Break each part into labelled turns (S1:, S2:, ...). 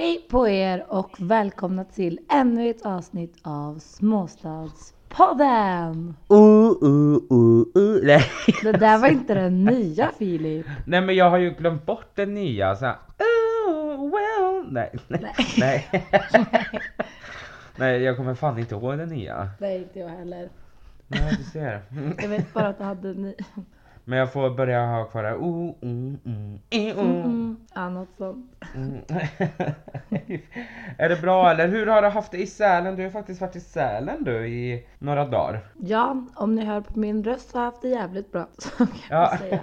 S1: Hej på er och välkomna till ännu ett avsnitt av Småstadspodden!
S2: Uh, uh, uh, uh. Nej.
S1: Det där var inte den nya Filip.
S2: Nej men jag har ju glömt bort den nya så här, oh, well. Nej. Nej. Nej. Nej jag kommer fan inte ihåg den nya.
S1: Nej, inte jag heller.
S2: Nej du ser.
S1: Jag vet bara att du hade ny...
S2: Men jag får börja ha kvar det här. Oh, mm, mm, eh, oh.
S1: Mm, annat sånt.
S2: Mm. Är det bra eller? Hur har du haft det i Sälen? Du har ju faktiskt varit i Sälen du i några dagar.
S1: Ja, om ni hör på min röst så har jag haft det jävligt bra. Så kan
S2: Ja.
S1: jag säga.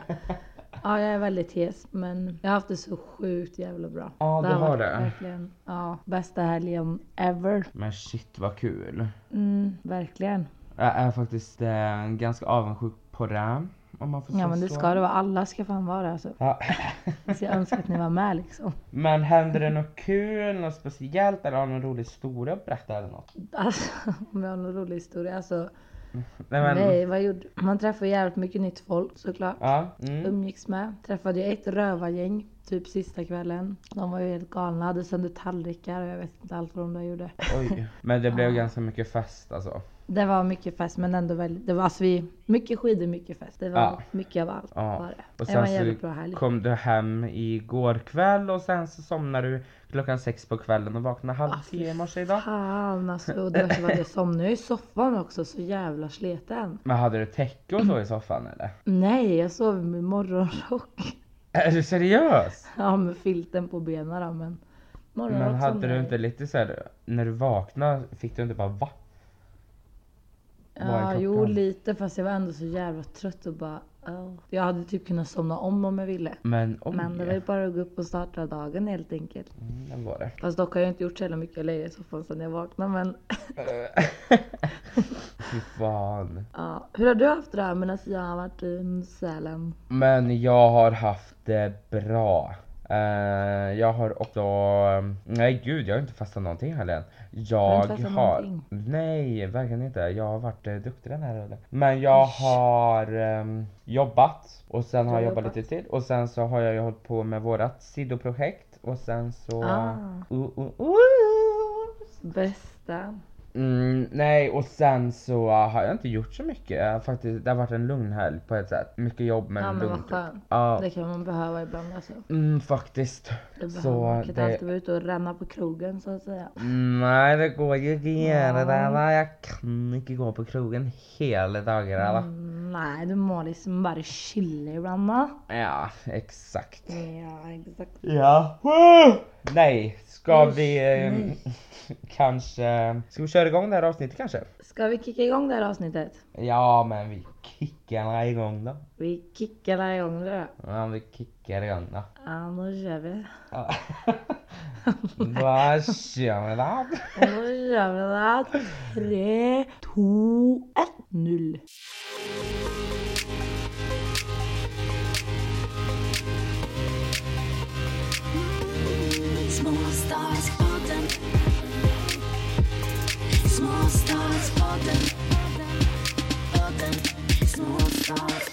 S1: Ja, jag är väldigt hes men jag har haft det så sjukt jävla bra.
S2: Ja, du har
S1: varit
S2: det.
S1: Verkligen, ja, bästa helgen ever.
S2: Men shit vad kul.
S1: Mm, verkligen.
S2: Jag är faktiskt eh, ganska avundsjuk på det. Om man får
S1: Ja
S2: säga
S1: men det
S2: så.
S1: ska det vara, alla ska fan vara det alltså.
S2: Ja.
S1: Så jag önskar att ni var med liksom.
S2: Men händer det något kul, något speciellt eller har du någon rolig historia att berätta eller något?
S1: Alltså om jag har någon rolig historia alltså.
S2: Nej men.
S1: Nej vad gjorde man? träffar jävligt mycket nytt folk såklart.
S2: Ja. Mm.
S1: Umgicks med. Träffade ju ett rövargäng. Typ sista kvällen. De var ju helt galna, hade sönder tallrikar och jag vet inte allt vad de där gjorde.
S2: Oj. Men det blev ganska mycket fest alltså.
S1: Det var mycket fest men ändå väldigt, det var alltså vi, mycket skidor, mycket fest. Det var
S2: Ja.
S1: mycket av allt.
S2: Ja.
S1: Var det.
S2: Och
S1: det var
S2: sen
S1: en jävligt bra
S2: så
S1: helg.
S2: kom du hem igår kväll och sen så somnade du klockan sex på kvällen och vaknade halv
S1: Ah, fy
S2: tio i morse idag.
S1: Fan alltså, och det värsta var att jag somnade i soffan också, så jävla sliten.
S2: Men hade du täcke och så i soffan eller?
S1: Nej, jag sov med morgonrock.
S2: Är du seriös?
S1: Ja, med filten på benen då, men morgonrock
S2: Men hade
S1: somnade
S2: du
S1: jag i.
S2: inte lite såhär, när du vaknade fick du inte bara va? Vad är
S1: Ja,
S2: klockan?
S1: jo lite fast jag var ändå så jävla trött och bara oh. Jag hade typ kunnat somna om om jag ville.
S2: Men oj,
S1: Men det var ju bara att gå upp och starta dagen helt enkelt.
S2: mm, det var det.
S1: Fast dock har jag inte gjort så jävla mycket. Jag ligger i soffan sedan jag vaknade men
S2: Fy fan.
S1: ja. Hur har du haft det här medan jag har varit i Sälen?
S2: Men jag har haft det bra. Eh, jag har också... Nej gud, jag har inte fastat någonting heller än. Jag
S1: inte fastat
S2: har...
S1: någonting?
S2: Nej, verkligen inte. Jag har varit eh, duktig den här rullen. Men jag har ehm, jobbat och sen
S1: Du
S2: har
S1: har
S2: jag jobbat
S1: jobbat.
S2: lite till och sen så har jag ju hållit på med vårat sidoprojekt och sen så...
S1: Ah.
S2: Uh, uh, uh.
S1: Bästa.
S2: Mm, nej och sen så äh, har jag inte gjort så mycket. Jag har faktiskt, det har varit en lugn helg på ett sätt. Mycket jobb men
S1: Ja men vad
S2: lugnt.
S1: skönt.
S2: Ja,
S1: Det kan man behöva ibland alltså.
S2: mm, faktiskt.
S1: Det behöver
S2: Så
S1: man Man kan inte
S2: det-
S1: alltid vara ute och ränna på krogen så att säga.
S2: Mm, Nej det går ju inte göra
S1: Ja.
S2: det. va? Jag kan inte gå på krogen hela dagarna. va?
S1: Mm, Nej, du må liksom bara chilla ibland da.
S2: Ja exakt.
S1: Ja, exakt.
S2: Ja. Woo! Nej, ska
S1: Usch, Mm.
S2: vi eh, kanske... Ska vi köra igång det här avsnittet kanske?
S1: Ska vi kicka igång det här avsnittet?
S2: Ja men vi kickar igång då.
S1: Vi kickar det här igång nu då.
S2: Ja vi kickar igång då.
S1: Ja, nu kör vi.
S2: Ja. Vad kör vi då?
S1: Nu kör vi det. Tre, två, ett, noll.
S3: Småstadspodden Småstadspodden Podden Småstads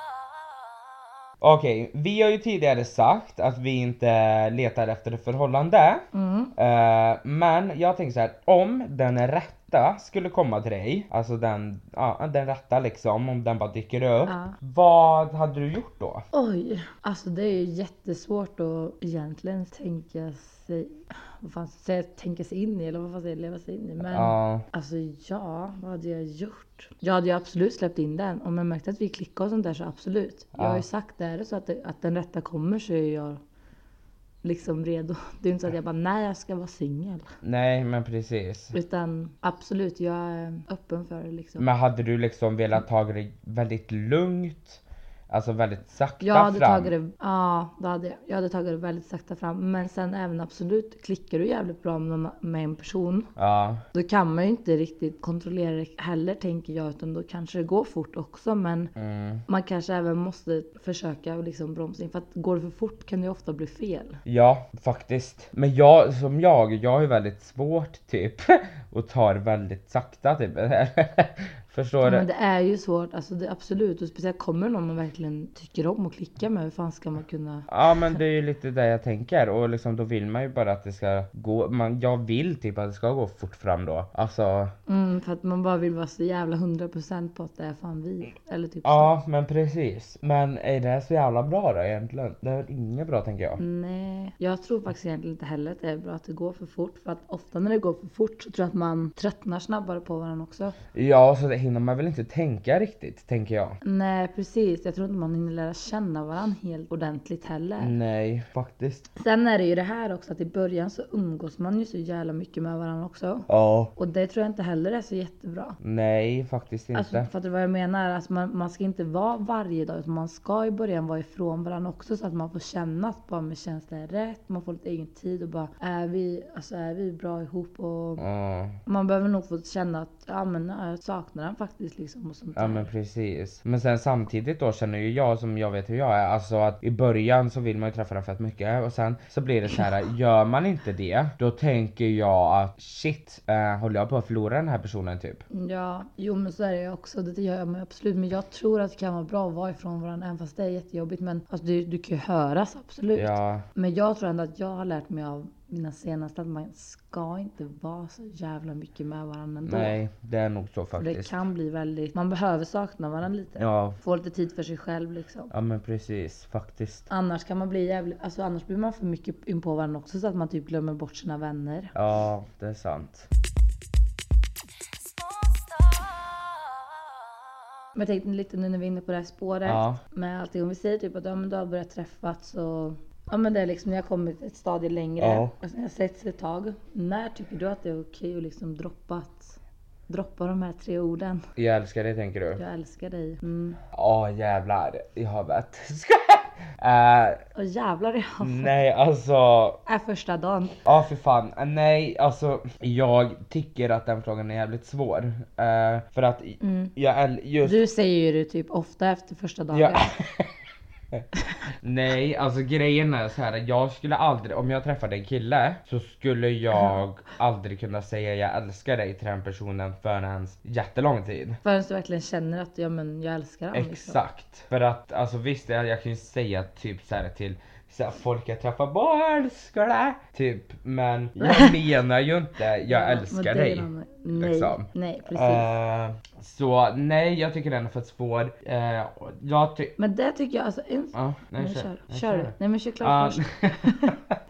S3: Småstad
S2: Okej, vi har ju tidigare sagt att vi inte letar efter ett förhållande.
S1: Mm.
S2: Eh, men jag tänker så här, om den rätta skulle komma till dig, alltså den, ja, den rätta liksom, om den bara dyker upp.
S1: Ja.
S2: Vad hade du gjort då?
S1: Oj, alltså det är ju jättesvårt att egentligen tänka sig, vad fan ska jag säga, tänka sig in i eller vad fan säger jag, leva sig in i. Men
S2: Ja,
S1: Alltså ja, vad hade jag gjort? Jag hade ju absolut släppt in den. Om jag märkte att vi klickade och sånt där så absolut. Jag har ju
S2: Ja.
S1: sagt, är det så att, det, att den rätta kommer så är jag liksom redo. Det är inte så att jag bara, nej jag ska vara singel.
S2: nej men precis.
S1: Utan absolut, jag är öppen för det liksom.
S2: Men hade du liksom velat ta det väldigt lugnt? Alltså väldigt sakta
S1: Jag hade
S2: fram?
S1: tagit det, ja det hade jag. Jag hade tagit det väldigt sakta fram. Men sen även absolut, klickar du jävligt bra med, någon- med en person.
S2: Ja,
S1: Då kan man ju inte riktigt kontrollera det heller tänker jag. Utan då kanske det går fort också. Men
S2: mm.
S1: Man kanske även måste försöka liksom bromsa in för att går det för fort kan det ju ofta bli fel.
S2: Ja, faktiskt. Men jag, som jag, jag är väldigt svårt typ och tar väldigt sakta typ. Förstår
S1: Men
S2: du?
S1: det är ju svårt, alltså det, absolut. Och speciellt kommer någon man verkligen tycker om och klickar med. Hur fan ska man kunna...
S2: Ja men det är ju lite det jag tänker och liksom då vill man ju bara att det ska gå, man, jag vill typ att det ska gå fort fram då. Alltså,
S1: Mm, för att man bara vill vara så jävla 100% på att det är fan vi. Eller typ
S2: ja men precis. Men är det här så jävla bra då egentligen? Det är väl inget bra tänker jag.
S1: så. Nej, jag tror faktiskt egentligen inte heller att det är bra att det går för fort. För att ofta när det går för fort så tror jag att man tröttnar snabbare på varandra också.
S2: Ja så det hinner man väl inte tänka riktigt tänker jag.
S1: Nej precis, jag tror inte man hinner lära känna varandra helt ordentligt heller.
S2: Mm. Nej faktiskt.
S1: Sen är det ju det här också att i början så umgås man ju så jävla mycket med varandra också.
S2: Ja.
S1: Och det tror jag inte heller är så jättebra.
S2: Nej faktiskt inte.
S1: Alltså, fattar du vad jag menar? Alltså, man, man ska inte vara varje dag utan man ska i början vara ifrån varandra också så att man får känna att bara, men känns det här rätt? Man får lite egen tid och bara är vi, alltså, är vi bra ihop? Och
S2: Ja.
S1: man behöver nog få känna att ja, men, ja, jag saknar den faktiskt liksom och sånt
S2: Ja
S1: där.
S2: men precis. Men sen samtidigt då känner ju jag som jag vet hur jag är, alltså att i början så vill man ju träffa den fett mycket och sen så blir det så här gör man inte det då tänker jag att shit, eh, håller jag på att förlora den här personen typ?
S1: Ja, jo men så är det ju också. Det gör jag med absolut. Men jag tror att det kan vara bra att vara ifrån varandra även fast det är jättejobbigt. Men alltså, du, du kan ju höras absolut.
S2: Ja,
S1: Men jag tror ändå att jag har lärt mig av mina senaste att man ska inte vara så jävla mycket med varandra ändå.
S2: nej det är nog så
S1: För det
S2: faktiskt.
S1: kan bli väldigt, man behöver sakna varandra lite.
S2: Ja,
S1: Få lite tid för sig själv liksom.
S2: ja men precis faktiskt.
S1: Annars kan man bli jävligt, alltså annars blir man för mycket in på varandra också så att man typ glömmer bort sina vänner.
S2: Ja, det är sant.
S1: Men jag tänkte lite nu när vi är inne på det här spåret
S2: Ja.
S1: med allting. Om vi säger typ att ja, men du har börjat träffas och ja men det är liksom, ni har kommit ett stadie längre
S2: Ja.
S1: och sen har setts ett tag. När tycker du att det är okej att liksom droppa, att, droppa de här tre orden?
S2: Jag älskar det tänker du?
S1: Jag älskar dig. Mm.
S2: Ja jävlar, jag vet. uh,
S1: Och jävlar ja.
S2: nej alltså
S1: Är första dagen.
S2: Ja för fan, Eh, nej alltså jag tycker att den frågan är jävligt svår. Eh, för att i-
S1: Mm.
S2: jag äl- just...
S1: Du säger ju det typ ofta efter första dagen.
S2: jag, nej alltså grejen är så här. jag skulle aldrig, om jag träffade en kille så skulle jag aldrig kunna säga jag älskar dig till den personen förrän jättelång tid.
S1: Förrän du verkligen känner att ja, men jag älskar honom. Liksom.
S2: Exakt. För att alltså visst, jag, jag kan ju säga typ så här till så här, folk jag träffar, bara älskar dig! Typ, men jag menar ju inte jag
S1: Ja, men det
S2: älskar
S1: är
S2: dig.
S1: någon- Nej,
S2: liksom.
S1: nej precis.
S2: Eh, så nej, jag tycker den är för svår. Eh, jag tycker...
S1: Men det tycker jag alltså. En...
S2: Ja,
S1: nej,
S2: nej,
S1: kör.
S2: Nej,
S1: Kör du. Nej men kör klart
S2: Ja.
S1: först.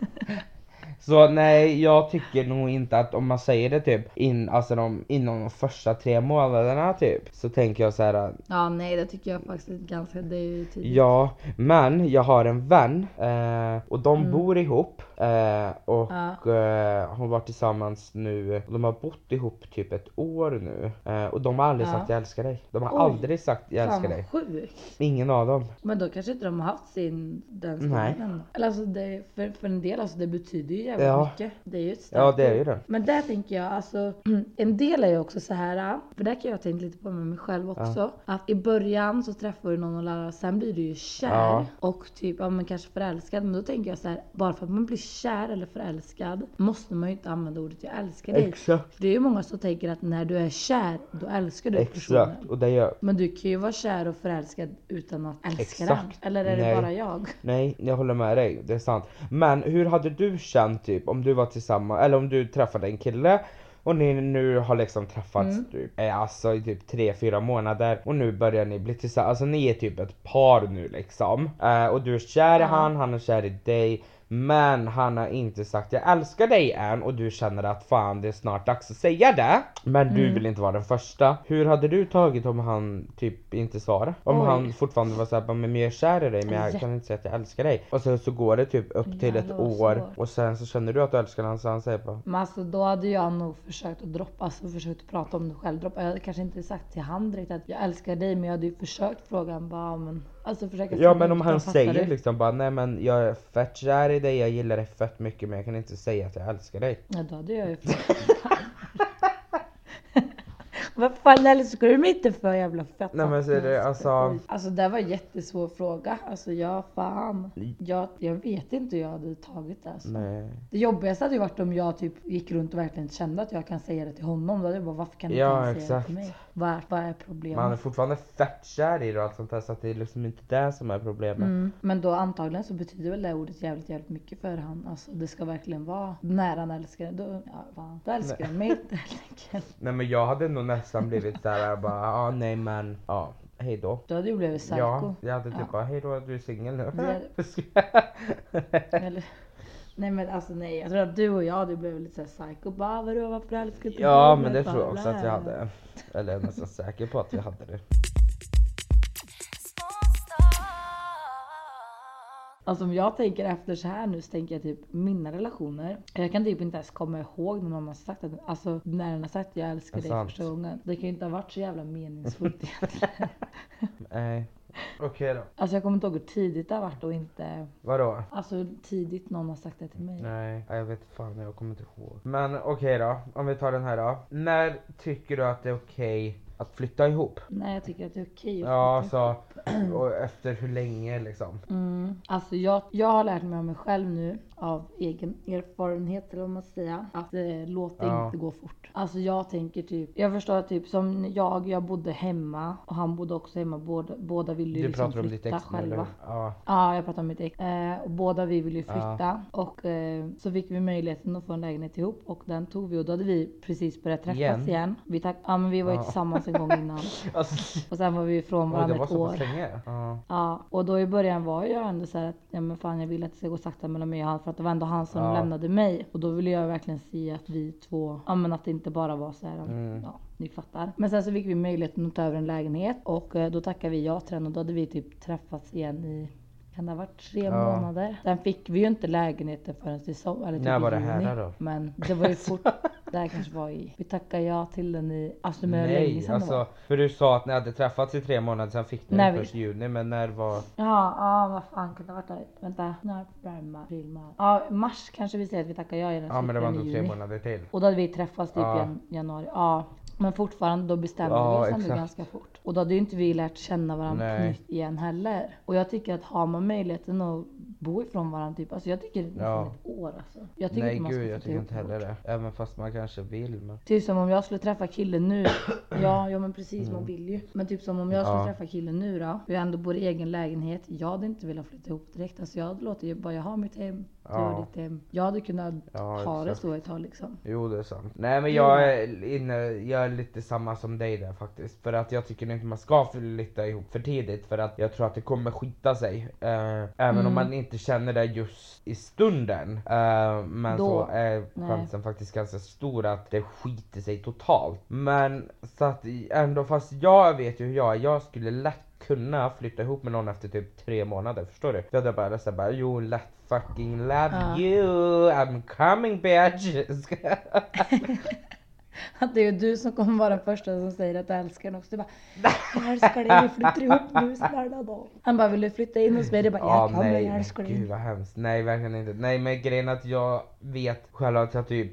S2: Så nej, jag tycker nog inte att om man säger det typ in, alltså de, inom de första tre månaderna typ så tänker jag så här.
S1: Ja nej det tycker jag faktiskt är ganska. Det är ju typ- tidigt.
S2: ja men jag har en vän eh, och de
S1: Mm.
S2: bor ihop eh, och eh, har varit tillsammans nu, de har bott ihop typ ett år nu eh, och de har aldrig
S1: Ja.
S2: sagt jag älskar dig. De har
S1: Oj.
S2: aldrig sagt jag
S1: Fan
S2: älskar
S1: vad
S2: dig.
S1: sjukt.
S2: Ingen av dem.
S1: Men då kanske inte de har haft sin den
S2: Nej.
S1: skolan då. Eller alltså det, för, för en del alltså det betyder ju jävligt
S2: Ja.
S1: mycket. Det är ju ett
S2: Ja
S1: starkt
S2: det är
S1: ord.
S2: ju det.
S1: Men där tänker jag alltså, en del är ju också så här, äh, för där kan jag tänka lite på med mig själv också. Att i början så träffar du någon och lär sen blir du ju kär.
S2: Ja.
S1: Och typ, ja men kanske förälskad. Men då tänker jag så här, bara för att man blir kär eller förälskad måste man ju inte använda ordet jag älskar dig.
S2: Exakt.
S1: För det är ju många som tänker att när du är kär, då älskar du
S2: Exakt.
S1: personen.
S2: Och det gör...
S1: Men du kan ju vara kär och förälskad utan att älska
S2: Exakt.
S1: den. Eller är det
S2: Nej.
S1: bara jag?
S2: Nej, jag håller med dig. Det är sant. Men hur hade du känt typ om du var tillsammans, eller om du träffade en kille och ni nu har liksom träffats typ, eh, alltså i typ 3-4 månader och nu börjar ni bli tillsammans, alltså ni är typ ett par nu liksom. Eh, och du är kär i han, han är kär i dig. Men han har inte sagt jag älskar dig än och du känner att fan det är snart dags att säga det. Men du vill inte vara den första. Hur hade du tagit om han typ inte svarade? Om
S1: Oj.
S2: han fortfarande var såhär, men jag är kär i dig men jag kan inte säga att jag älskar dig. Och sen så går det typ upp till ett
S1: Jävlar, vad
S2: år
S1: svårt.
S2: och sen så känner du att du älskar honom så han säger bara
S1: Men alltså då hade jag nog försökt att droppa, alltså försökt att prata om det själv. Droppa. Jag hade kanske inte sagt till han direkt att jag älskar dig men jag hade ju försökt fråga honom bara, ja, men, alltså försöka
S2: Ja
S1: säga
S2: men om
S1: ut,
S2: han
S1: "Fattar
S2: säger
S1: du?"
S2: liksom bara nej men jag är fett kär i dig, jag gillar dig fett mycket men jag kan inte säga att jag älskar dig.
S1: Ja då hade jag ju frågat. Vad fan älskar du mig inte för jävla fett?
S2: Nej, men så är det, alltså-
S1: Alltså det var en jättesvår fråga. Alltså jag fan. Jag, jag vet inte hur jag hade tagit det alltså.
S2: Nej.
S1: Det jobbigaste hade ju varit om jag typ gick runt och verkligen kände att jag kan säga det till honom. Då hade jag bara varför kan du
S2: Ja,
S1: inte ens säga det
S2: exakt.
S1: till mig? Vad, vad är problemet?
S2: Man är fortfarande fett kär i det och allt sånt där så att det är liksom inte det som är problemet.
S1: Mm. Men då antagligen så betyder väl det ordet jävligt jävligt mycket för han. Alltså det ska verkligen vara nära han älskar då, ja, fan. då älskar han mig helt enkelt.
S2: Nej men jag hade nog nästan blivit såhär bara, ja ah, nej men, ja, hejdå.
S1: Då hade du blivit psycho.
S2: Ja, jag hade typ
S1: Ja.
S2: bara, hejdå du är singel nu.
S1: Det- Eller, nej men alltså nej, jag tror att du och jag du blev lite såhär psycho. Bara vadå varför älskar inte
S2: ja
S1: du
S2: men
S1: mig?"
S2: det tror jag
S1: Bla,
S2: också att jag
S1: bla.
S2: hade. Eller jag är nästan säker på att jag hade det.
S1: Alltså om jag tänker efter så här nu så tänker jag typ mina relationer. Jag kan typ inte ens komma ihåg när någon har sagt att, alltså när den har sagt jag älskar
S2: Det
S1: dig
S2: är sant.
S1: första gången. Det kan ju inte ha varit så jävla meningsfullt egentligen.
S2: Nej. Okej då.
S1: Alltså jag kommer inte ihåg hur tidigt det har varit och inte,
S2: Vadå?
S1: alltså hur tidigt någon har sagt det till mig.
S2: Nej, jag vet fan, jag kommer inte ihåg. Men okej då, om vi tar den här då. När tycker du att det är okej att flytta ihop?
S1: Nej jag tycker att det är okej. att
S2: Ja,
S1: flytta.
S2: alltså, och efter hur länge liksom?
S1: Mm. Alltså jag, jag har lärt mig av mig själv nu, av egen erfarenhet eller vad man ska säga, att eh, låt det
S2: Ja.
S1: inte gå fort. Alltså jag tänker typ, jag förstår typ som jag, jag bodde hemma och han bodde också hemma, båda, båda ville ju
S2: Du
S1: liksom
S2: pratar om ditt
S1: flytta
S2: ex nu, eller
S1: själva.
S2: hur? Ja.
S1: Ja, jag pratar om mitt ex. Eh, och båda vi ville ju
S2: Ja.
S1: flytta. Och eh, så fick vi möjligheten att få en lägenhet ihop och den tog vi och då hade vi precis börjat träffas igen.
S2: Igen?
S1: Vi tack- ja, men vi var ju
S2: Ja.
S1: tillsammans en gång innan.
S2: Alltså,
S1: Och sen var vi ifrån
S2: oj, det
S1: varandra
S2: var
S1: ett
S2: så
S1: år.
S2: pass länge? Ja.
S1: Ja, och då i början var jag ändå så här att ja, men fan, jag vill att det ska gå sakta mellan mig och han för att det var ändå han som
S2: Ja.
S1: lämnade mig. Och då ville jag verkligen se att vi två, ja men att det inte bara var så här,
S2: Mm.
S1: ja ni fattar. Men sen så fick vi möjligheten att ta över en lägenhet och eh, då tackade vi ja till den och då hade vi typ träffats igen i kan det ha varit tre
S2: Ja.
S1: månader? Sen fick vi ju inte lägenheten förrän i sommar. Eller typ
S2: När
S1: i
S2: var det
S1: juni.
S2: här då?
S1: Men det var ju fort. det här kanske var i... Vi tackade ja till den i... Alltså men hur länge
S2: Nej,
S1: sedan det var.
S2: alltså, för du sa att ni hade träffats i tre månader, sen fick ni
S1: Nej,
S2: den
S1: vi-
S2: först i juni, men när var...
S1: Ja, ja vad fan kunde det ha varit där? Vänta, när börjar mars? April, mars. Ja, mars kanske vi säger att vi tackar ja i den
S2: Ja men det var ändå tre
S1: juni.
S2: månader till.
S1: Och då hade vi träffats typ i
S2: Ja.
S1: jan- januari. Ja. Men fortfarande, då bestämde
S2: Ja,
S1: vi oss ändå
S2: exakt.
S1: ganska fort. Och då hade ju inte vi lärt känna varandra på
S2: Nej.
S1: nytt igen heller. Och jag tycker att har man möjligheten att bo ifrån varandra typ, alltså jag tycker nästan
S2: Ja.
S1: ett år alltså. Jag tycker
S2: Nej
S1: inte man ska
S2: gud jag
S1: flytta
S2: tycker
S1: ihop
S2: inte
S1: så fort.
S2: heller det. Även fast man kanske vill men.
S1: Typ som om jag skulle träffa killen nu. Ja, ja men precis man vill ju. Men typ som om jag skulle
S2: Mm. Ja.
S1: träffa killen nu då. Och jag ändå bor i egen lägenhet. Jag hade inte velat flytta ihop direkt. Alltså jag låter ju bara, jag har mitt hem. Du
S2: Ja.
S1: har ditt hem. Jag hade kunnat
S2: Ja,
S1: ha det
S2: exakt.
S1: så ett tag liksom.
S2: Jo det är sant. Nej men jag
S1: Mm.
S2: är, inne, jag är lite samma som dig där faktiskt. För att jag tycker inte man ska flytta ihop för tidigt för att jag tror att det kommer skita sig. Eh, även
S1: Mm.
S2: om man inte känner det just i stunden. Eh, men
S1: Då.
S2: så är
S1: Nej.
S2: chansen faktiskt ganska stor att det skiter sig totalt. Men så att i- ändå fast jag vet ju hur jag är, jag skulle lätt kunna flytta ihop med någon efter typ tre månader, förstår du? Då hade jag bara såhär bara you let fucking love
S1: Ja.
S2: you, I'm coming bitch!
S1: Att det är ju du som kommer vara den första som säger att du älskar den också. Du bara, jag älskar dig, vi flyttar ihop nu snälla då. Han bara, vill du flytta in hos mig? Det bara,
S2: Ja
S1: jag kommer,
S2: nej,
S1: jag älskar
S2: men gud
S1: dig.
S2: vad hemskt. Nej verkligen inte. Nej men grejen är att jag vet själv att jag typ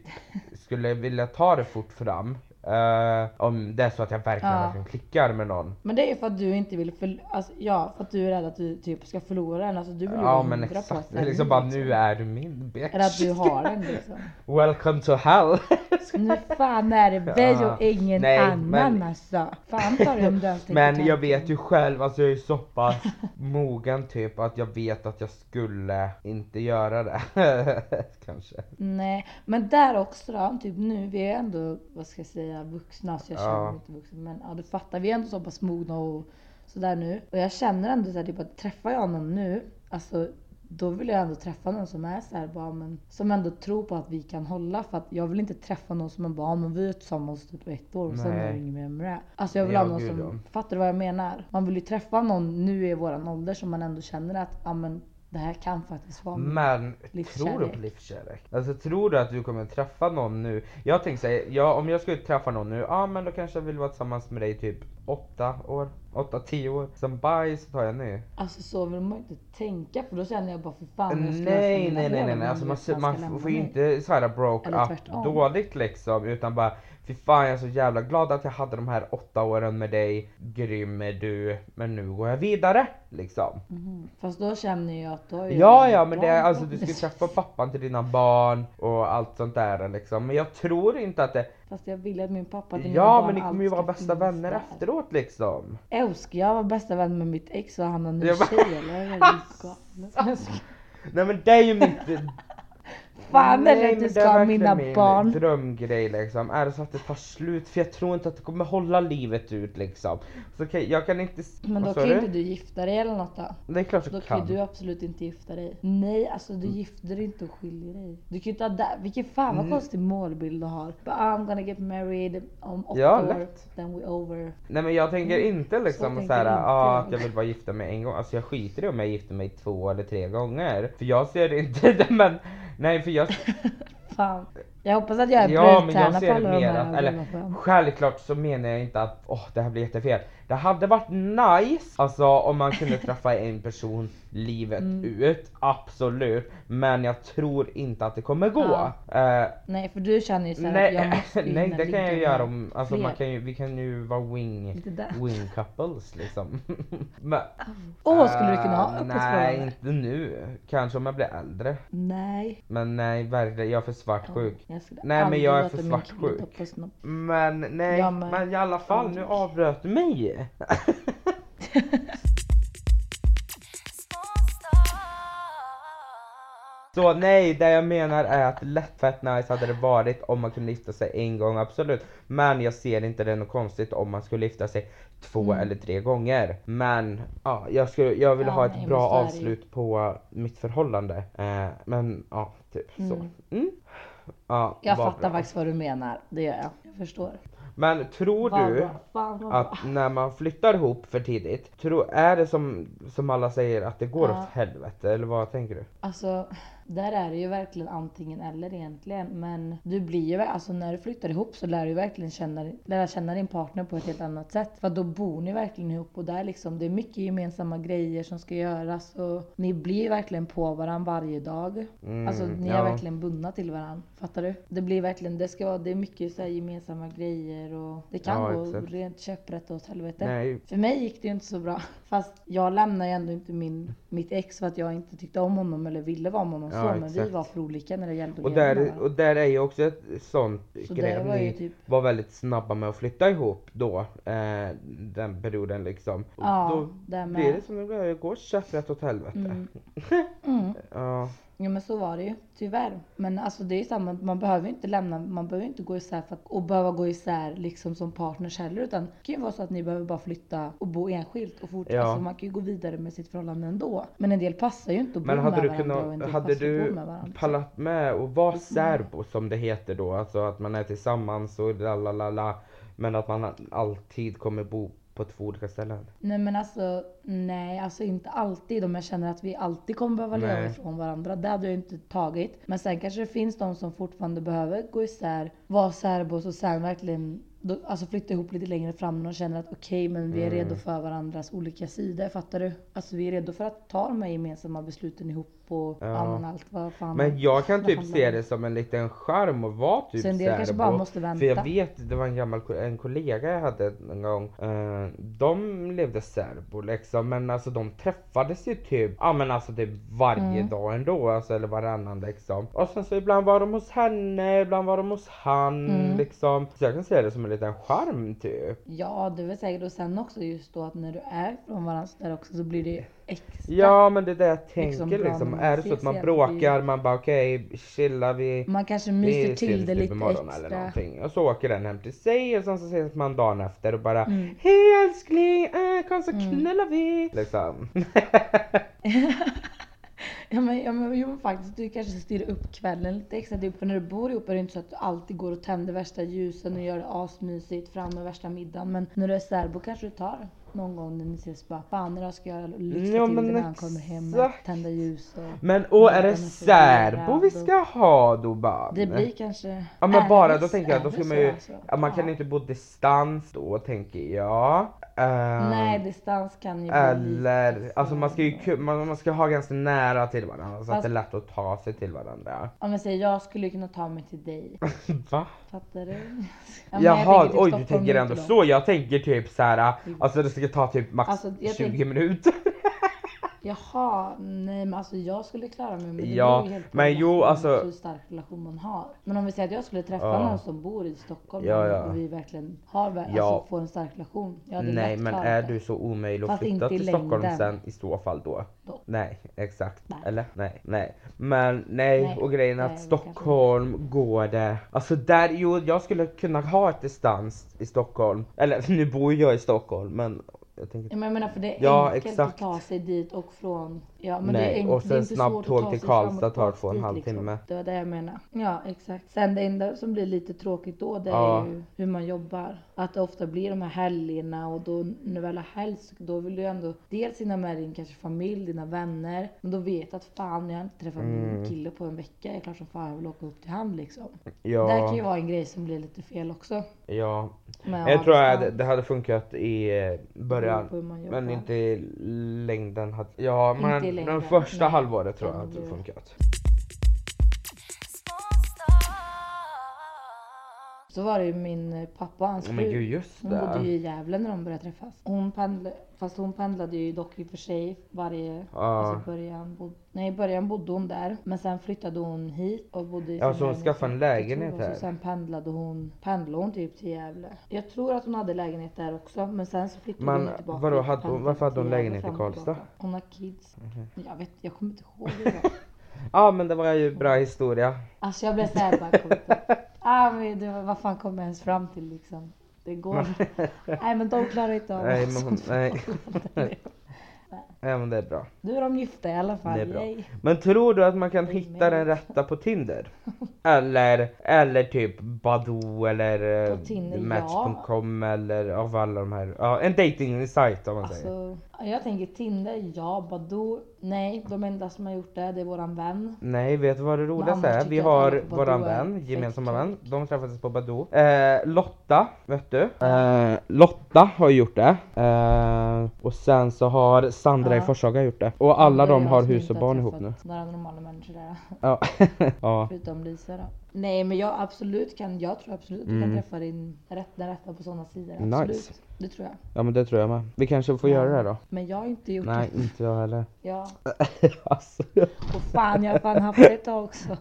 S2: skulle vilja ta det fort fram. eh, om det är så att jag verkligen,
S1: Ja.
S2: verkligen klickar med någon.
S1: Men det är ju för att du inte vill, för, alltså, ja, för att du är rädd att du typ ska förlora den. Alltså du vill ju
S2: Ja
S1: vara
S2: men
S1: hundra på
S2: exakt,
S1: att
S2: det är liksom bara nu är du min bitch.
S1: Eller att du har den liksom.
S2: Welcome to hell!
S1: Nu fan är det vi och ingen
S2: Nej,
S1: annan
S2: men-
S1: alltså. Fan tar du om den
S2: Men jag vet ju själv, alltså jag är så pass mogen typ att jag vet att jag skulle inte göra det. Kanske.
S1: Nej, men där också då, typ nu, vi är ändå, vad ska jag säga, vuxna. Så jag
S2: Ja.
S1: känner mig inte vuxen. Men ja, du fattar, vi är ändå så pass mogna och sådär nu. Och jag känner ändå såhär, typ att träffar jag någon nu, alltså då vill jag ändå träffa någon som är såhär bara men som ändå tror på att vi kan hålla för att jag vill inte träffa någon som man bara, "Ja, men vi är tillsammans typ ett år och sen
S2: Nej.
S1: har vi inget mer med det. Alltså jag vill
S2: Ja,
S1: ha någon
S2: gud,
S1: som,
S2: ja.
S1: fattar du vad jag menar? Man vill ju träffa någon nu i våran ålder som man ändå känner att, ja men det här kan faktiskt vara min."
S2: Men tror du
S1: Livskärlek.
S2: på livskärlek? Alltså tror du att du kommer träffa någon nu? Jag tänker såhär, ja, om jag skulle träffa någon nu, ja ah, men då kanske jag vill vara tillsammans med dig typ åtta år, åtta, tio år. Sen bye så tar jag en ny.
S1: Alltså så vill man inte tänka för då känner jag bara för fan jag
S2: Nej,
S1: ska
S2: nej,
S1: läsa mina
S2: nej, nej,
S1: brev om
S2: nej. Alltså,
S1: han
S2: man,
S1: ska lämna
S2: man får ju
S1: mig.
S2: inte svära broke
S1: Eller
S2: up
S1: tvärtom.
S2: dåligt liksom utan bara Fy fan jag är så jävla glad att jag hade de här åtta åren med dig, grym är du, men nu går jag vidare liksom.
S1: Mhm. Fast då känner jag att då är
S2: Ja,
S1: jag
S2: ja, men det är,
S1: bra.
S2: alltså du ska träffa pappan till dina barn och allt sånt där liksom. Men jag tror inte att det...
S1: Fast jag ville att min pappa till mina
S2: Ja,
S1: barn
S2: men ni kommer ju
S1: alltid ska
S2: vara bästa
S1: finnas
S2: vänner
S1: där.
S2: efteråt liksom.
S1: Äh, ska jag vara bästa vän med mitt ex och han har en ny
S2: Jag bara-
S1: tjej eller? Jag är galen.
S2: Nej men det är ju mitt...
S1: Fan
S2: Nej,
S1: eller att
S2: men
S1: du
S2: det
S1: ska
S2: är
S1: ha
S2: verkligen
S1: mina
S2: min eh,
S1: barn.
S2: drömgrej liksom. Är det så att det tar slut? För jag tror inte att det kommer hålla livet ut liksom. Så kan, jag kan inte... s-
S1: Men
S2: vad
S1: då
S2: sa
S1: kan ju
S2: du?
S1: inte du gifta dig eller något då.
S2: Det är klart
S1: Då
S2: jag
S1: kan
S2: kan. Mm.
S1: ju du absolut inte gifta dig. Nej, alltså du gifter dig inte och skiljer dig. Du kan ju inte ha där. Vilken fan vad konstig målbild du har. But I'm gonna get married om åtta
S2: Ja,
S1: år.
S2: lätt.
S1: Then we over.
S2: Nej men jag tänker inte liksom
S1: Mm. tänker
S2: så såhär,
S1: inte
S2: ah,
S1: jag.
S2: att jag vill bara gifta mig en gång. Alltså jag skiter i om jag gifter mig två eller tre gånger. För jag ser inte det men... Nej för jag...
S1: Fan. Jag hoppas att jag är
S2: Ja men jag
S1: brudtärna på
S2: ser det
S1: alla de
S2: mer
S1: här
S2: att, eller
S1: ögonen.
S2: självklart så menar jag inte att åh det här blir jättefel. Det hade varit nice, alltså om man kunde träffa en person livet
S1: Mm.
S2: ut, absolut. Men jag tror inte att det kommer gå. Eh,
S1: Nej för du känner ju såhär att jag
S2: nej,
S1: måste ju
S2: nej
S1: hinna
S2: det kan jag
S1: ligga
S2: göra
S1: med
S2: om, alltså
S1: fler.
S2: man kan ju, vi kan ju vara wing,
S1: Lite där.
S2: wing couples liksom. men,
S1: Åh skulle du kunna ha
S2: eh,
S1: öppet
S2: Nej
S1: förhållande?
S2: inte nu, kanske om jag blir äldre.
S1: Nej.
S2: Men nej verkligen, jag är för svartsjuk.
S1: Jag skulle
S2: Nej, men
S1: aldrig
S2: jag är
S1: låta
S2: för
S1: min
S2: svartsjuk.
S1: kvinna ta på snopp.
S2: Men nej,
S1: Ja,
S2: men...
S1: men-
S2: i alla fall nu avbröt du mig. Så nej, det jag menar är att lätt fett nice hade det varit om man kunde gifta sig en gång, absolut. Men jag ser inte det något konstigt om man skulle gifta sig två eller tre gånger. Men ja, jag, skulle, jag vill
S1: Mm. Ja,
S2: ha ett
S1: nej, men
S2: bra
S1: så är det ju.
S2: avslut på mitt förhållande. Eh, men ja, typ
S1: Mm.
S2: så. Mm. Ja,
S1: Jag
S2: vad
S1: fattar
S2: bra.
S1: faktiskt vad du menar. Det gör jag. Jag förstår.
S2: Men tror
S1: Vad
S2: du
S1: bra. Fan vad bra.
S2: att när man flyttar ihop för tidigt, tror, är det som, som alla säger att det går
S1: Ja.
S2: åt helvete eller vad tänker du?
S1: Alltså, där är det ju verkligen antingen eller egentligen. Men du blir ju, alltså när du flyttar ihop så lär du ju verkligen känna, lära känna din partner på ett helt annat sätt. För att då bor ni verkligen ihop och där liksom, det är mycket gemensamma grejer som ska göras och ni blir verkligen på varandra varje dag.
S2: Mm,
S1: alltså ni
S2: ja.
S1: är verkligen bundna till varandra. Fattar du? Det blir verkligen, det ska vara, det är mycket så här gemensamma grejer och det kan
S2: Ja,
S1: gå
S2: exakt.
S1: rent käpprätt åt helvete.
S2: Nej.
S1: För mig gick det ju inte så bra. Fast jag lämnade ju ändå inte min, mitt ex för att jag inte tyckte om honom eller ville vara med honom
S2: Ja,
S1: så. Men vi
S2: exakt.
S1: var för olika när det gällde att
S2: Och
S1: leva med
S2: där,
S1: varandra.
S2: och där är ju också ett sånt
S1: Så
S2: grej
S1: det
S2: att
S1: var ju
S2: ni
S1: typ-
S2: var väldigt snabba med att flytta ihop då, eh, den perioden liksom. Och
S1: Ja,
S2: då
S1: där med.
S2: blir det som det går, det går käpprätt åt helvete.
S1: Mm.
S2: Ja,
S1: Ja men så var det ju, tyvärr. Men alltså det är ju samma, man behöver ju inte lämna, man behöver ju inte gå isär för att, och behöva gå isär liksom som partners heller utan det kan ju vara så att ni behöver bara flytta och bo enskilt och fortsätta,
S2: Ja.
S1: alltså, man kan ju gå vidare med sitt förhållande ändå. Men en del passar ju inte att bo
S2: men hade
S1: med
S2: du
S1: varandra och en
S2: kunnat,
S1: del
S2: hade
S1: passar att bo
S2: du
S1: med varandra. Mm.
S2: pallat med och vara särbo som det heter då, alltså att man är tillsammans och la la la la, men att man alltid kommer bo på två olika ställen?
S1: Nej men alltså, nej alltså inte alltid om jag känner att vi alltid kommer behöva leva
S2: Nej.
S1: ifrån varandra. Det hade jag inte tagit. Men sen kanske det finns de som fortfarande behöver gå isär, vara särbos och sen verkligen då, alltså flytta ihop lite längre fram när de känner att okej men vi är
S2: Mm.
S1: redo för varandras olika sidor. Fattar du? Alltså vi är redo för att ta de här gemensamma besluten ihop och
S2: Ja.
S1: ja. men allt vad fan.
S2: Men jag kan
S1: vad
S2: typ
S1: handlar
S2: se
S1: om?
S2: det som en liten charm att vara typ
S1: Så en del kanske
S2: särbo.
S1: bara måste vänta.
S2: För jag vet, det var en gammal ko- en kollega jag hade en gång. Eh, de levde särbo liksom men alltså de träffades ju typ, ja men alltså typ varje
S1: Mm.
S2: dag ändå alltså eller varannan liksom. Och sen så ibland var de hos henne, ibland var de hos han
S1: Mm.
S2: liksom. Så jag kan se det som en liten charm typ.
S1: Ja det är väl säkert och sen också just då att när du är från varandra så där också så blir det ju extra.
S2: Ja men det är det jag tänker
S1: Liksom
S2: liksom.
S1: bra när man
S2: Är det så
S1: ses
S2: att man
S1: igen,
S2: bråkar, man bara okej chilla vi
S1: Man kanske
S2: Vi
S1: myser
S2: ses
S1: till det
S2: typ
S1: lite
S2: imorgon
S1: extra.
S2: Eller någonting. Och så åker den hem till sig och sen så ses man dagen efter och bara
S1: Mm.
S2: Hej älskling, äh, kom så knullar vi! Liksom.
S1: Ja men, ja, men, jo, men faktiskt, du kanske styr upp kvällen lite extra. Typ. För när du bor ihop är det inte så att du alltid går och tänder värsta ljusen och gör det asmysigt fram med värsta middagen. Men när du är särbo kanske du tar någon gång när ni ses bara fan idag ska jag lyxa
S2: Ja,
S1: till det
S2: men
S1: när han kommer hem med
S2: exakt.
S1: tända ljus och
S2: Men åh är det
S1: Utan att
S2: särbo vi
S1: förvirra,
S2: ska ha då barn?
S1: det blir kanske
S2: Ja men bara då
S1: ärligt-
S2: tänker jag, då ska
S1: ärligt
S2: man ju,
S1: så, alltså.
S2: ja, man kan
S1: Ja.
S2: inte bo distans då tänker jag. Ehm,
S1: Nej distans kan ju bli lite
S2: eller,
S1: så.
S2: alltså man ska ju ku- man, man ska ha ganska nära till varandra så att
S1: Fast-
S2: det är lätt att ta sig till varandra.
S1: Om jag säger jag skulle ju kunna ta mig till dig.
S2: Va?
S1: Fattar du? Ja, men jag
S2: Jaha,
S1: tänker typ
S2: oj du
S1: Stockholm
S2: tänker
S1: mitt
S2: ändå
S1: då.
S2: så. Jag tänker typ såhär,
S1: Typ.
S2: alltså det ska ta typ max
S1: Alltså, jag
S2: 20
S1: tänker-
S2: minuter.
S1: Jaha, nej men alltså jag skulle klara mig. Men det
S2: Ja,
S1: beror ju helt på
S2: men
S1: relation,
S2: jo, alltså-
S1: Hur stark relation man har. Men om vi säger att jag skulle träffa
S2: Ja.
S1: någon som bor i Stockholm
S2: Ja, ja.
S1: och vi verkligen har, ver-
S2: Ja.
S1: alltså, får en stark relation. Jag hade
S2: Nej
S1: lätt
S2: men
S1: klarat
S2: är
S1: det.
S2: du så omöjlig att
S1: Fast
S2: flytta
S1: inte i
S2: till Stockholm
S1: längden.
S2: sen i så fall då?
S1: Då.
S2: Nej exakt.
S1: Nej.
S2: Eller? Nej. Nej. Men nej,
S1: Nej,
S2: och grejen är
S1: nej,
S2: att
S1: det
S2: Stockholm går det. Alltså där, jo jag skulle kunna ha ett distans i Stockholm. Eller nu bor ju jag i Stockholm men jag tänker
S1: Ja, men jag menar för det är
S2: Ja,
S1: enkelt
S2: exakt.
S1: att ta sig dit och från. Ja, men det är
S2: Nej,
S1: enkelt,
S2: och
S1: det är
S2: sen
S1: inte
S2: snabbt
S1: svårt att
S2: tåg
S1: ta
S2: till
S1: sig fram och
S2: Karlstad tar två och en
S1: dit,
S2: halv
S1: liksom.
S2: timme.
S1: Det var det jag menar. Ja exakt. Sen det enda som blir lite tråkigt då det
S2: Ja.
S1: är ju hur man jobbar. Att det ofta blir de här helgerna och då när det väl har helg så- då vill du ju ändå dels hinna med din kanske familj, dina vänner. Men då vet att fan jag har inte träffat
S2: Mm.
S1: min kille på en vecka. Jag är klart som fan jag vill åka upp till han liksom. Det här kan ju
S2: ja,
S1: vara en grej som blir lite fel också.
S2: ja.
S1: Men ja,
S2: Jag tror
S1: det
S2: att
S1: ska-
S2: det- det hade funkat i eh,
S1: Beror på hur man
S2: början
S1: jobbar.
S2: men inte i längden. hade- Ja
S1: Inte i
S2: men
S1: längden,
S2: de första
S1: nej.
S2: halvåret tror jag
S1: Ja,
S2: hade
S1: det-
S2: funkat.
S1: Så var det ju min eh, pappa och hans
S2: Oh, men
S1: fru.
S2: gud just
S1: Hon bodde ju
S2: det.
S1: i Gävle när de började träffas. Hon pendlade, fast hon pendlade ju dock i och för sig varje... Alltså
S2: Ja.
S1: i början bod, nej, i början bodde hon där. Men sen flyttade hon hit och bodde i
S2: Ja,
S1: sin
S2: så hon skaffade en lägenhet
S1: Jag tror det var Så
S2: här.
S1: sen pendlade hon, pendlade hon typ till Gävle. Jag tror att hon hade lägenhet där också men sen så flyttade
S2: Men
S1: hon tillbaka.
S2: vadå,
S1: och
S2: hade hon-
S1: pendlade
S2: varför hade
S1: till
S2: hon
S1: Gävle
S2: lägenhet i
S1: fram och
S2: Karlstad? Mhm.
S1: tillbaka. Hon har kids. Jag vet, jag kommer inte ihåg det då.
S2: Ja men det var ju bra historia.
S1: Alltså jag blev såhär bara kom inte. ah, men det, var- vad fan kommer jag ens fram till liksom? Det går Nej men alltså. de klarar inte av
S2: Nej
S1: oss.
S2: men hon, nej. Nej men det är bra.
S1: Nu är de gifta i alla fall.
S2: Det är bra.
S1: Yay.
S2: Men tror du att man kan
S1: är
S2: hitta den rätta på Tinder? Eller, eller typ Badoo eller eh,
S1: På Tinder,
S2: Match.com eller av alla de här. Ja, en dating site om man säger.
S1: Alltså, jag tänker Tinder, ja. Badoo, nej. De enda som har gjort det, det är våran vän.
S2: Nej, vet du vad det
S1: annars
S2: roligaste är?
S1: tycker
S2: Vi
S1: jag att alla
S2: har
S1: på Badoo
S2: våran
S1: är
S2: vän,
S1: fake
S2: gemensamma vän.
S1: kärlek.
S2: De träffades på Badoo. Eh, Lotta, vet du? Eh, Lotta har gjort det. Eh, och sen så har Sandra i
S1: Ja.
S2: Forshaga gjort det. Och alla
S1: Det är
S2: de
S1: jag
S2: har
S1: som
S2: hus
S1: inte
S2: och
S1: har
S2: barn ihop nu.
S1: träffat Några normala människor där.
S2: Ja. ja.
S1: Förutom Lisa då. Nej men jag absolut kan, jag tror absolut att du kan
S2: Mm.
S1: träffa din rätt, den rätta på sådana sidor. Absolut.
S2: Nice.
S1: Det tror jag.
S2: ja, men det tror jag med. Vi kanske får
S1: Ja.
S2: göra det då.
S1: Men jag har inte gjort
S2: Nej,
S1: det.
S2: inte jag heller.
S1: Ja.
S2: alltså,
S1: Och fan jag har fan haft det ett tag också.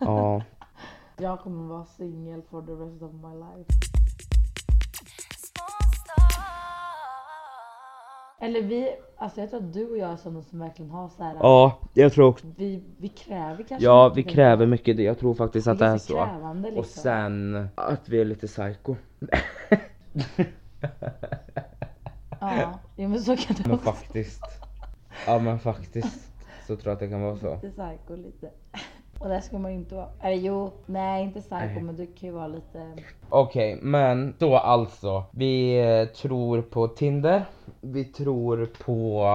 S2: ja.
S1: Jag kommer vara singel for the rest of my life. Eller vi, alltså jag tror att du och jag är sådana som verkligen har så här.
S2: ja, jag tror också.
S1: Vi, vi kräver kanske
S2: Ja,
S1: något
S2: vi
S1: av
S2: kräver mycket det. Jag tror faktiskt
S1: varandra.
S2: att det är
S1: ganska
S2: så.
S1: Krävande, liksom.
S2: Och sen att vi är lite psycho.
S1: Ja, jo, men så kan det
S2: Men
S1: också
S2: faktiskt. Ja men faktiskt. Så tror jag att det kan vara så.
S1: Lite psycho lite. Och där ska man ju inte vara. Eller jo, nej inte psycho
S2: Nej.
S1: men du kan ju vara lite...
S2: Okej men då alltså. Vi eh, tror på Tinder. Vi tror på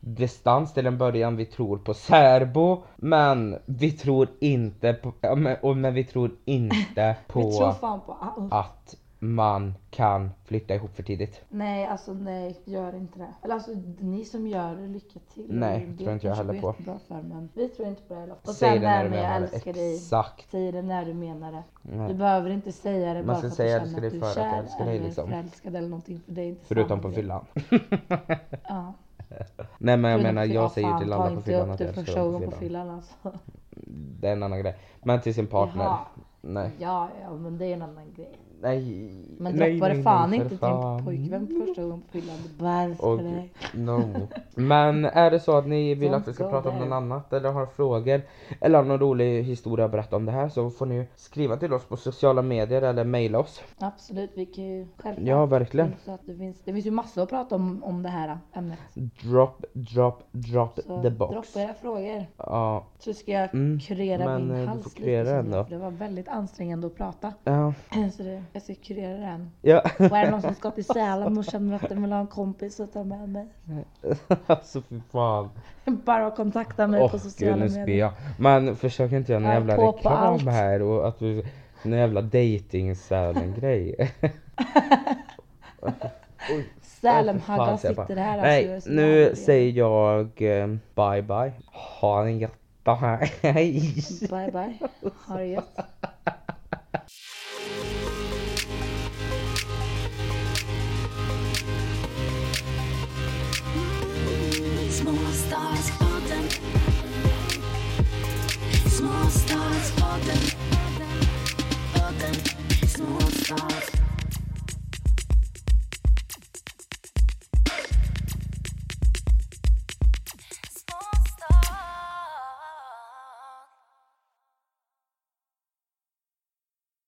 S2: distans till en början. Vi tror på särbo. Men vi tror inte på, ja, men, och, men vi tror inte på
S1: Vi tror fan på allt.
S2: att man kan flytta ihop för tidigt.
S1: Nej alltså nej, gör inte det. Eller alltså ni som gör det, lycka till.
S2: Nej,
S1: Det
S2: tror inte jag
S1: kanske
S2: heller på.
S1: går jättebra För, men vi tror inte på det heller. Och
S2: Säg
S1: sen det
S2: det
S1: här
S2: när du
S1: med jag
S2: menar det.
S1: älskar dig.
S2: Exakt.
S1: Säg det när du menar det. Du
S2: Nej.
S1: behöver inte säga det
S2: Man
S1: bara
S2: ska
S1: för att
S2: säga
S1: du
S2: jag
S1: känner att
S2: älskar dig
S1: du är kär
S2: för att jag älskar dig,
S1: eller
S2: liksom.
S1: förälskad eller någonting. För det är inte
S2: Förutom
S1: samma
S2: på
S1: grej.
S2: fyllan.
S1: Ja.
S2: Nej men jag
S1: Förutom
S2: menar
S1: på-
S2: jag
S1: ja,
S2: säger
S1: fan,
S2: till
S1: ta
S2: alla på
S1: inte
S2: fyllan
S1: upp
S2: att
S1: det
S2: jag älskar
S1: första
S2: dem
S1: gången
S2: på
S1: på
S2: fyllan.
S1: fyllan alltså.
S2: Det är en annan grej. Men till sin partner.
S1: Jaha.
S2: Nej.
S1: Ja, ja men det är en annan grej.
S2: Nej.
S1: Men
S2: nej,
S1: droppade
S2: nej,
S1: fan
S2: nej,
S1: inte
S2: för
S1: till en
S2: fan.
S1: pojkvän på första gången på fyllan. Du bara älskar
S2: Och-
S1: dig.
S2: No. Men är det så att ni vill
S1: Don't
S2: att vi ska
S1: go
S2: prata om
S1: there.
S2: något annat eller har frågor eller har någon rolig historia att berätta om det här så får ni skriva till oss på sociala medier eller mejla oss.
S1: Absolut, vi kan ju självklart.
S2: Ja verkligen.
S1: Så att det, finns, det finns ju massor att prata om, om det här ämnet.
S2: Drop, drop, drop
S1: Så
S2: the box.
S1: droppa era frågor.
S2: Ja,
S1: Så ska jag
S2: Mm,
S1: kurera
S2: men, eh,
S1: min
S2: du
S1: hals
S2: får kurera
S1: lite.
S2: den då.
S1: Ändå. Det var väldigt ansträngande att prata.
S2: ja.
S1: Så Alltså, det, Jag ska kurera den.
S2: Ja.
S1: Och är det någon som ska till Sälen och känner att den vill ha en kompis så ta med mig.
S2: alltså fy fan.
S1: Bara kontakta mig
S2: Åh
S1: på
S2: gud
S1: sociala
S2: nu spyr
S1: medier.
S2: jag. Men försök inte göra någon
S1: Ja,
S2: jävla
S1: på på
S2: reklam
S1: allt.
S2: här och att du... Någon jävla dating grej
S1: Sälenhaggan sitter här. alltså, jag
S2: Nej,
S1: är så
S2: nu
S1: jävla-
S2: säger jag eh, bye bye. Ha en jättebra helg.
S1: Bye bye. Ha det gött.
S3: Small stars falling. Small stars falling. Falling. Small stars